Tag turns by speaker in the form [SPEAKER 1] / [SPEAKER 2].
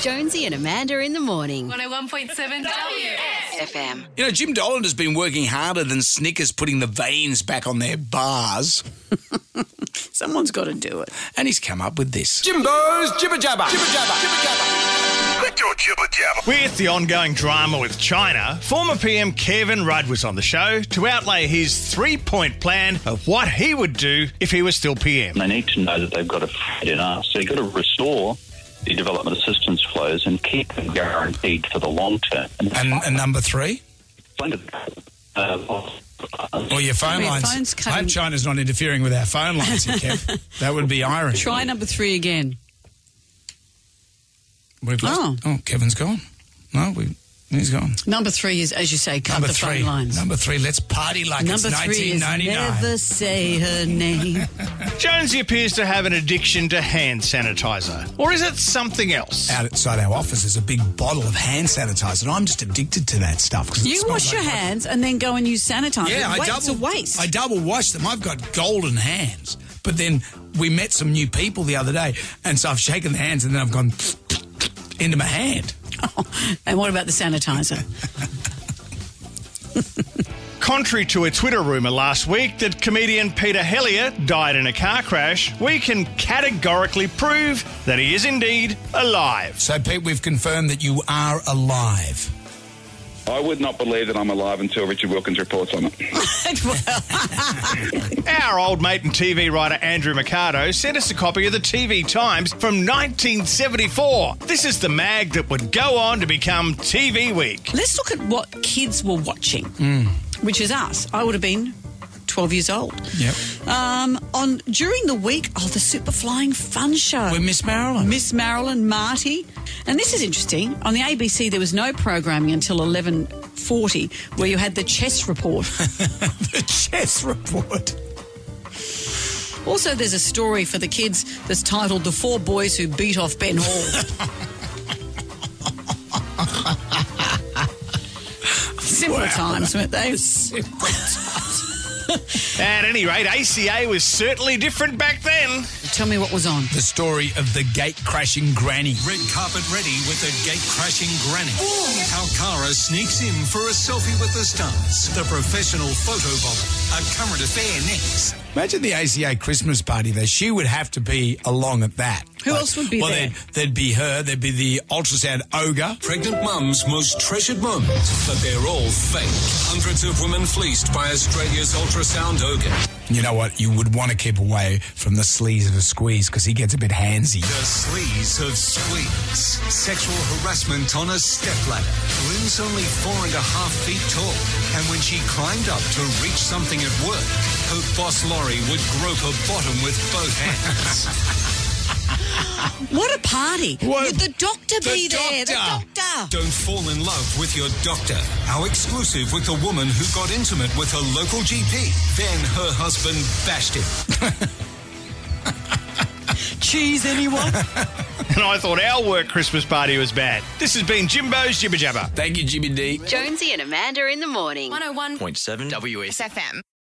[SPEAKER 1] Jonesy and Amanda in the morning.
[SPEAKER 2] 101.7 W.
[SPEAKER 1] FM.
[SPEAKER 3] You know, Jim Dolan has been working harder than Snickers putting the veins back on their bars,
[SPEAKER 4] Someone's got to do it.
[SPEAKER 3] and he's come up with this.
[SPEAKER 5] Jimbo's jibber jabber. Jibber jabber. Jibber jabber.
[SPEAKER 6] With the ongoing drama with China, former PM Kevin Rudd was on the show to outlay his three point plan of what he would do if he was still PM.
[SPEAKER 7] They need to know that they've got to fight in us. So you've got to restore the development assistance flows and keep them guaranteed for the long term. And
[SPEAKER 3] And, and number three,
[SPEAKER 7] find it, uh,
[SPEAKER 3] or your phone
[SPEAKER 4] Your
[SPEAKER 3] lines.
[SPEAKER 4] phone's
[SPEAKER 3] I hope
[SPEAKER 4] cutting-
[SPEAKER 3] China's not interfering with our phone lines here, Kev. that would be Irish.
[SPEAKER 4] Try number three again.
[SPEAKER 3] We've lost. Oh.
[SPEAKER 4] Oh.
[SPEAKER 3] Kevin's gone. No, we, he's gone.
[SPEAKER 4] Number three is, as you say, cut
[SPEAKER 3] Number
[SPEAKER 4] the
[SPEAKER 3] three.
[SPEAKER 4] phone lines.
[SPEAKER 3] Number three. Let's party like
[SPEAKER 4] Number
[SPEAKER 3] it's
[SPEAKER 4] three is
[SPEAKER 3] 1999.
[SPEAKER 4] never say her name.
[SPEAKER 6] Jonesy appears to have an addiction to hand sanitizer. Or is it something else? Uh,
[SPEAKER 3] Outside our office is a big bottle of hand sanitizer, and I'm just addicted to that stuff. 'cause it
[SPEAKER 4] you
[SPEAKER 3] smells
[SPEAKER 4] wash
[SPEAKER 3] like-
[SPEAKER 4] your hands and then go and use sanitizer.
[SPEAKER 3] Yeah, I
[SPEAKER 4] Wait,
[SPEAKER 3] double
[SPEAKER 4] It's a waste.
[SPEAKER 3] I double wash them. I've got golden hands. But then we met some new people the other day, and so I've shaken their hands, and then I've gone into my hand.
[SPEAKER 4] and what about the sanitizer?
[SPEAKER 6] Contrary to a Twitter rumour last week that comedian Peter Hellier died in a car crash, we can categorically prove that he is indeed alive.
[SPEAKER 3] So, Pete, we've confirmed that you are alive.
[SPEAKER 8] I would not believe that I'm alive until Richard Wilkins reports on it.
[SPEAKER 6] Our old mate and TV writer Andrew Mercado sent us a copy of the TV Times from 1974. This is the mag that would go on to become TV Week.
[SPEAKER 4] Let's look at what kids were watching,
[SPEAKER 3] Mm.
[SPEAKER 4] which is us. I would have been 12 years old.
[SPEAKER 3] Yep.
[SPEAKER 4] Um, on during the week, oh, the Super Flying Fun Show.
[SPEAKER 3] We're Miss Marilyn.
[SPEAKER 4] Miss Marilyn Marty. And this is interesting. On the ABC, there was no programming until 11:40, where you had the chess report.
[SPEAKER 3] the chess report.
[SPEAKER 4] also, there's a story for the kids that's titled "The Four Boys Who Beat Off Ben Hall." Simple times, weren't they?
[SPEAKER 6] At any rate, ACA was certainly different back then.
[SPEAKER 4] Tell me what was on.
[SPEAKER 3] The story of the gate crashing granny.
[SPEAKER 9] Red carpet ready with the gate crashing granny. Kalkara sneaks in for a selfie with the stars. The professional photobomber. A current affair next.
[SPEAKER 3] Imagine the ACA Christmas party there. She would have to be along at that.
[SPEAKER 4] Who else would be
[SPEAKER 3] well,
[SPEAKER 4] there?
[SPEAKER 3] There'd, there'd be her. There'd be the ultrasound ogre.
[SPEAKER 9] Pregnant mums' most treasured moment, but they're all fake. Hundreds of women fleeced by Australia's ultrasound ogre.
[SPEAKER 3] You know what? You would want to keep away from the sleaze of a squeeze because he gets a bit handsy.
[SPEAKER 9] The sleaze of squeeze. Sexual harassment on a stepladder. Lynn's only four and a half feet tall. And when she climbed up to reach something at work, her boss Laurie would grope her bottom with both hands.
[SPEAKER 4] What a party!
[SPEAKER 3] What-
[SPEAKER 4] Would the doctor
[SPEAKER 3] The
[SPEAKER 4] be there?
[SPEAKER 3] doctor.
[SPEAKER 4] The doctor.
[SPEAKER 9] Don't fall in love with your doctor. Our exclusive with the woman who got intimate with her local GP. Then her husband bashed him.
[SPEAKER 4] Cheese, anyone?
[SPEAKER 6] And I thought our work Christmas party was bad. This has been Jimbo's Jibber Jabber.
[SPEAKER 3] Thank you, Jimmy D.
[SPEAKER 1] Jonesy and Amanda in the morning.
[SPEAKER 2] 101.7
[SPEAKER 5] Point seven.
[SPEAKER 2] FM.